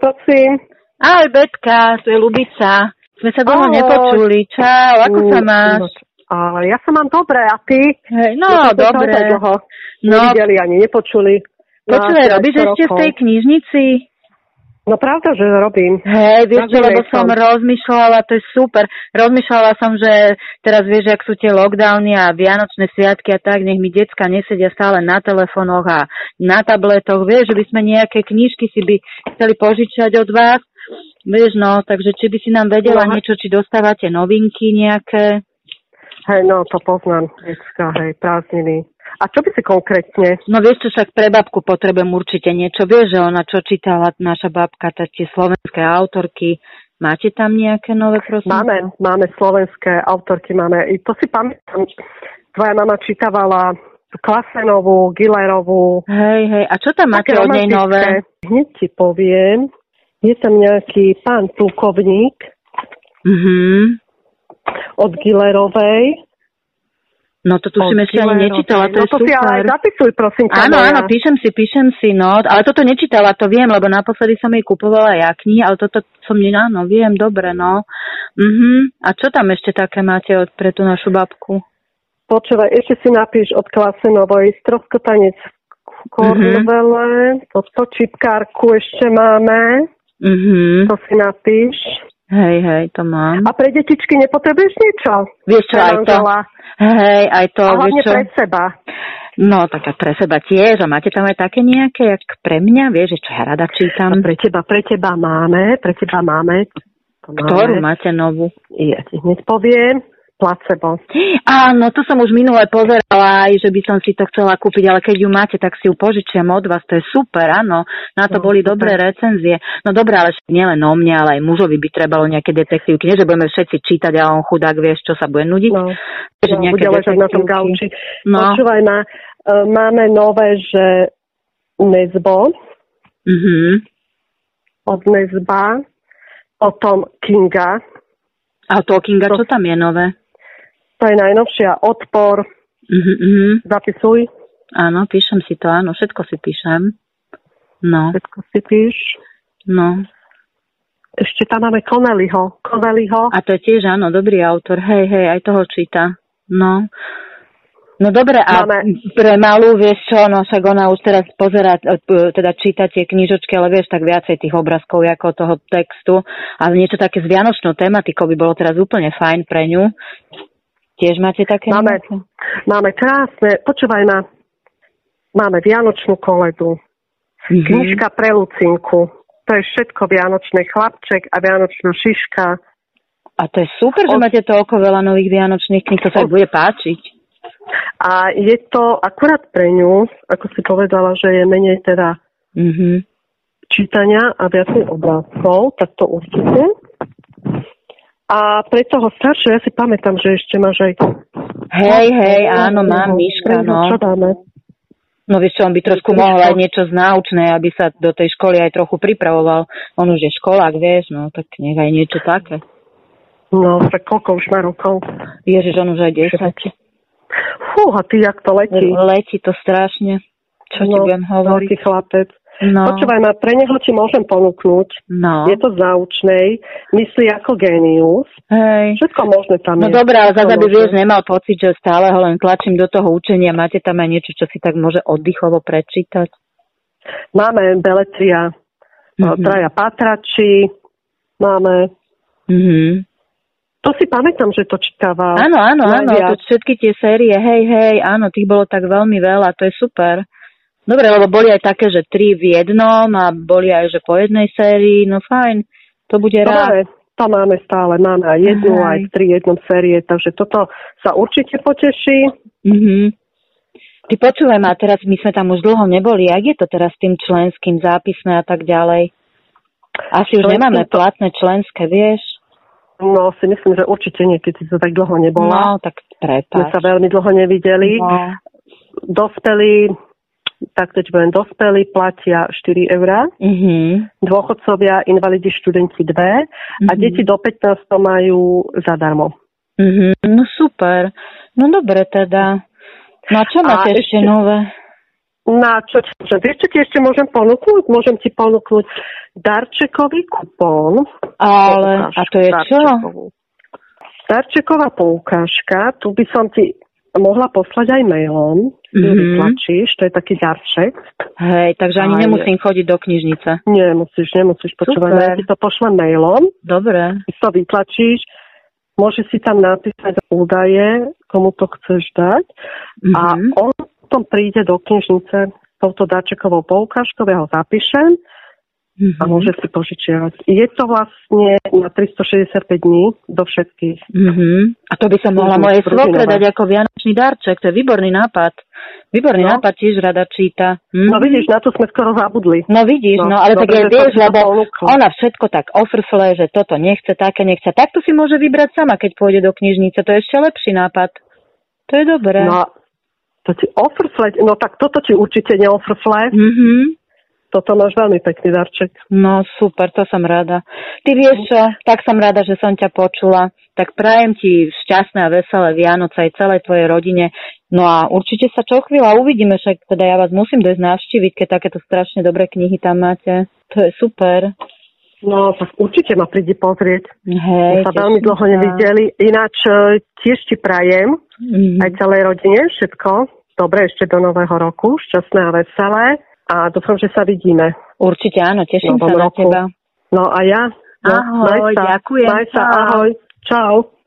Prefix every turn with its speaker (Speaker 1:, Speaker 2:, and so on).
Speaker 1: počujem.
Speaker 2: Ahoj Betka, tu je Lubica. Sme sa dlho
Speaker 1: Ahoj.
Speaker 2: nepočuli. Čau, ako sa
Speaker 1: Mm,
Speaker 2: máš?
Speaker 1: noc. A ja sa mám dobre, a ty?
Speaker 2: Hej, no,
Speaker 1: Ja som sa
Speaker 2: dobre.
Speaker 1: naozaj dlho
Speaker 2: No,
Speaker 1: Nevideli ani nepočuli.
Speaker 2: počúvaj,
Speaker 1: Na
Speaker 2: robíš
Speaker 1: 15
Speaker 2: ešte v
Speaker 1: rokov.
Speaker 2: tej knižnici?
Speaker 1: No pravda, že robím.
Speaker 2: Hej, vieš čo,
Speaker 1: Rozumej
Speaker 2: lebo som
Speaker 1: som.
Speaker 2: rozmýšľala, to je super, rozmýšľala som, že teraz vieš, ak sú tie lockdowny a vianočné sviatky a tak, nech mi decka nesedia stále na telefónoch a na tabletoch, vieš, že by sme nejaké knižky si by chceli požičať od vás, vieš, no, takže či by si nám
Speaker 1: No
Speaker 2: vedela
Speaker 1: a-
Speaker 2: niečo, či dostávate novinky nejaké,
Speaker 1: Hej, no to poznám, decka, hej, prázdniny. A čo by si konkrétne?
Speaker 2: no vieš čo, však pre babku potrebujem určite niečo, vieš, že ona čo čítala, naša babka, tá, tie slovenské autorky, máte tam nejaké nové, prosím?
Speaker 1: Máme, máme slovenské autorky, máme, i to si pamätám, tvoja mama čítavala Klasenovú, Gillerovú.
Speaker 2: Hej, hej, a čo tam máte
Speaker 1: Také
Speaker 2: od nej
Speaker 1: romantické.
Speaker 2: nové?
Speaker 1: Hneď ti poviem, je tam nejaký pán plukovník
Speaker 2: Mhm.
Speaker 1: od Gillerovej.
Speaker 2: No to tu
Speaker 1: Od
Speaker 2: si ešte ani
Speaker 1: Gillerovej.
Speaker 2: nečítala, to
Speaker 1: no,
Speaker 2: je
Speaker 1: to si ale aj
Speaker 2: super.
Speaker 1: zapisuj, prosím ťa.
Speaker 2: Áno,
Speaker 1: moja.
Speaker 2: áno, píšem si, píšem si, no, ale toto nečítala, to viem, lebo naposledy som jej kupovala ja knihy, ale toto som, ne- áno, viem, dobre, no. Mhm. A čo tam ešte také máte od, pre tú našu babku?
Speaker 1: Počúvaj, ešte si napíš od Klasenovej Stroskotanec v Kornvele, mm-hmm. toto čipkárku ešte máme,
Speaker 2: Mhm.
Speaker 1: to si napíš.
Speaker 2: Hej, hej, to mám.
Speaker 1: A pre detičky nepotrebuješ niečo?
Speaker 2: Vieš čo,
Speaker 1: Pre
Speaker 2: aj to,
Speaker 1: manžela.
Speaker 2: hej, aj to,
Speaker 1: A
Speaker 2: vieš
Speaker 1: hlavne
Speaker 2: čo,
Speaker 1: pre seba.
Speaker 2: no tak aj pre seba tiež, a máte tam aj také nejaké, jak pre mňa, vieš, že čo ja rada
Speaker 1: A
Speaker 2: čítam.
Speaker 1: pre teba, pre teba máme, pre teba máme. To máme.
Speaker 2: Ktorú máte novú?
Speaker 1: Ja ti hneď poviem. Placebo.
Speaker 2: Áno, to som už minule pozerala aj, že by som si to chcela kúpiť, ale keď ju máte, tak si ju požičiam od vás, to je super, áno. Na to
Speaker 1: No,
Speaker 2: boli
Speaker 1: super.
Speaker 2: dobré recenzie. No dobré, ale však nielen o mne, ale aj mužovi by trebalo nejaké detektívky, nie že budeme všetci čítať a on chudák vieš, čo sa bude nudiť.
Speaker 1: No,
Speaker 2: že
Speaker 1: no, bude ležať na tom gauči.
Speaker 2: No,
Speaker 1: Počúvaj ma, e, máme nové, že Nezbo,
Speaker 2: mhm.
Speaker 1: od Nezba, potom Kinga,
Speaker 2: A Talkinga,
Speaker 1: To-
Speaker 2: čo tam je nové?
Speaker 1: To je najnovšia odpor,
Speaker 2: Mhm, mhm.
Speaker 1: zapisuj,
Speaker 2: Áno, píšem si to, áno, všetko si píšem. No,
Speaker 1: všetko si píš.
Speaker 2: no.
Speaker 1: Ešte tam máme Connellyho. Connellyho.
Speaker 2: A to je tiež, áno, dobrý autor. Hej, hej, aj toho číta. No. No dobre, a
Speaker 1: Máme-
Speaker 2: pre malú, vieš čo, no však ona už teraz pozera, e, p- teda číta tie knižočky, ale vieš, tak viacej tých obrázkov ako toho textu. Ale niečo také s vianočnou tematikou by bolo teraz úplne fajn pre ňu. Tiež máte také?
Speaker 1: Máme.
Speaker 2: nejaké?
Speaker 1: Máme krásne, počúvaj ma, máme Vianočnú koledu.
Speaker 2: Mhm.
Speaker 1: Knižka pre Lucinku. To je všetko Vianočné. Chlapček a Vianočná šiška.
Speaker 2: A to je super, že
Speaker 1: Od-
Speaker 2: máte toľko veľa nových vianočných kníh, to sa jej
Speaker 1: Od-
Speaker 2: bude páčiť.
Speaker 1: A je to akurát pre ňu, ako si povedala, že je menej teda
Speaker 2: Mhm.
Speaker 1: čítania a viacej obrázkov, tak to určite. A pre toho staršieho, ja si pamätám, že ešte máš aj... Mhm,
Speaker 2: Hej, hej, áno, mám Miška, no.
Speaker 1: Čo dáme?
Speaker 2: No vieš čo, on by trošku
Speaker 1: Trošku.
Speaker 2: mohol aj niečo znáučné, aby sa do tej školy aj trochu pripravoval. On už je školák, vieš, no tak nech aj niečo také.
Speaker 1: No, tak koľko už má rokov?
Speaker 2: Ježiš, on už aj 10.
Speaker 1: Fú, a ty, jak to letí.
Speaker 2: Letí to strašne. No, Čo ti
Speaker 1: No,
Speaker 2: budem hovoriť?
Speaker 1: Veľký chlapec.
Speaker 2: No,
Speaker 1: Počúvaj ma, pre neho ti môžem ponúknuť.
Speaker 2: no,
Speaker 1: Je to z náučnej, myslí ako génius.
Speaker 2: hej.
Speaker 1: Všetko možné tam
Speaker 2: No
Speaker 1: je.
Speaker 2: dobré, ale
Speaker 1: Všetko
Speaker 2: zase by
Speaker 1: možné.
Speaker 2: vieš, nemal pocit, že stále ho len tlačím do toho učenia. Máte tam aj niečo, čo si tak môže oddychovo prečítať?
Speaker 1: Máme Beletria, mm
Speaker 2: Mhm.
Speaker 1: Traja Patrači, máme...
Speaker 2: Mhm.
Speaker 1: To si pamätám, že to čítava.
Speaker 2: Áno, áno, áno,
Speaker 1: najviac.
Speaker 2: to všetky tie série, hej, hej, áno, tých bolo tak veľmi veľa, to je super. Dobre, lebo boli aj také, že tri v jednom a boli aj, že po jednej sérii, no fajn, to bude
Speaker 1: To
Speaker 2: rád.
Speaker 1: máme, to máme stále, máme aj jednu,
Speaker 2: Hej.
Speaker 1: aj tri jednom série, takže toto sa určite poteší.
Speaker 2: Mhm. Ty počúvaj ma, teraz my sme tam už dlho neboli, jak je to teraz s tým členským zápisné a tak ďalej? Asi už
Speaker 1: Členským
Speaker 2: nemáme
Speaker 1: to-
Speaker 2: platné členské, vieš?
Speaker 1: No, si myslím, že určite nie, keď si to tak dlho nebola.
Speaker 2: No, tak
Speaker 1: sme sa
Speaker 2: prepáč.
Speaker 1: veľmi dlho nevideli.
Speaker 2: No.
Speaker 1: Dospelí, tak teď budem, dospelí platia 4 eurá,
Speaker 2: Mhm.
Speaker 1: dôchodcovia, invalidi, študenti 2 a
Speaker 2: Mhm.
Speaker 1: deti do 15 to majú zadarmo.
Speaker 2: Mhm, no super. No dobre teda. No a čo
Speaker 1: A
Speaker 2: máte ešte,
Speaker 1: ešte-
Speaker 2: nové?
Speaker 1: Na čo ti môžem, vieš, čo ti ešte môžem ponúknuť? Môžem ti ponúknuť darčekový kupón.
Speaker 2: Ale,
Speaker 1: Poukážku
Speaker 2: a to je čo?
Speaker 1: darčekovú. Darčeková poukážka, tu by som ti mohla poslať aj mailom, mm-hmm. ju
Speaker 2: Mhm.
Speaker 1: vytlačíš, to je taký darček.
Speaker 2: Hej, takže ani
Speaker 1: Aj je.
Speaker 2: nemusím chodiť do knižnice.
Speaker 1: Nemusíš, nemusíš počúvať,
Speaker 2: Super.
Speaker 1: ja ti to pošlem mailom,
Speaker 2: Dobre.
Speaker 1: ty to vytlačíš, môžeš si tam napísať údaje, komu to chceš dať
Speaker 2: Mhm.
Speaker 1: a on potom príde do knižnice s touto darčekovou poukážkou, ja ho zapíšem
Speaker 2: Mhm.
Speaker 1: a môže si požičiavať. Je to vlastne na 365 dní do všetkých.
Speaker 2: Mhm. A to by som mohla
Speaker 1: Mhm,
Speaker 2: mojej
Speaker 1: prodinová.
Speaker 2: svokre dať ako vianočný darček. To je výborný nápad. Výborný
Speaker 1: No.
Speaker 2: nápad, tiež rada číta. Mhm.
Speaker 1: No vidíš, na to sme skoro zabudli.
Speaker 2: No vidíš, no, ale tak
Speaker 1: dobre,
Speaker 2: je
Speaker 1: že
Speaker 2: vieš,
Speaker 1: som ti to
Speaker 2: lebo
Speaker 1: ponúkla.
Speaker 2: ona všetko tak ofrfle, že toto nechce, také nechce. Takto si môže vybrať sama, keď pôjde do knižnice. To je ešte lepší nápad. To je dobré.
Speaker 1: No, to ti ofrfle, no tak toto ti určite neofrfle.
Speaker 2: Mhm.
Speaker 1: Toto máš veľmi pekný darček.
Speaker 2: No super, to som rada. Ty vieš čo, tak som rada, že som ťa počula. Tak prajem ti šťastné a veselé Vianoce aj celej tvojej rodine. No a určite sa čo chvíľa uvidíme, však teda ja vás musím dojsť navštíviť, keď takéto strašne dobré knihy tam máte. To je super.
Speaker 1: No, tak určite ma príde pozrieť. Hey,
Speaker 2: Hej,
Speaker 1: sa veľmi
Speaker 2: teším
Speaker 1: dlho
Speaker 2: sa.
Speaker 1: nevideli. Ináč e, tiež ti prajem
Speaker 2: Mhm.
Speaker 1: aj celej rodine všetko. Dobre ešte do nového roku, šťastné a veselé. A dúfam, že sa vidíme.
Speaker 2: Určite áno, teším
Speaker 1: Novom
Speaker 2: sa na
Speaker 1: roku.
Speaker 2: teba.
Speaker 1: No a ja? No,
Speaker 2: Ahoj,
Speaker 1: maj sa,
Speaker 2: ďakujem,
Speaker 1: Maj sa,
Speaker 2: čau.
Speaker 1: ahoj. Čau.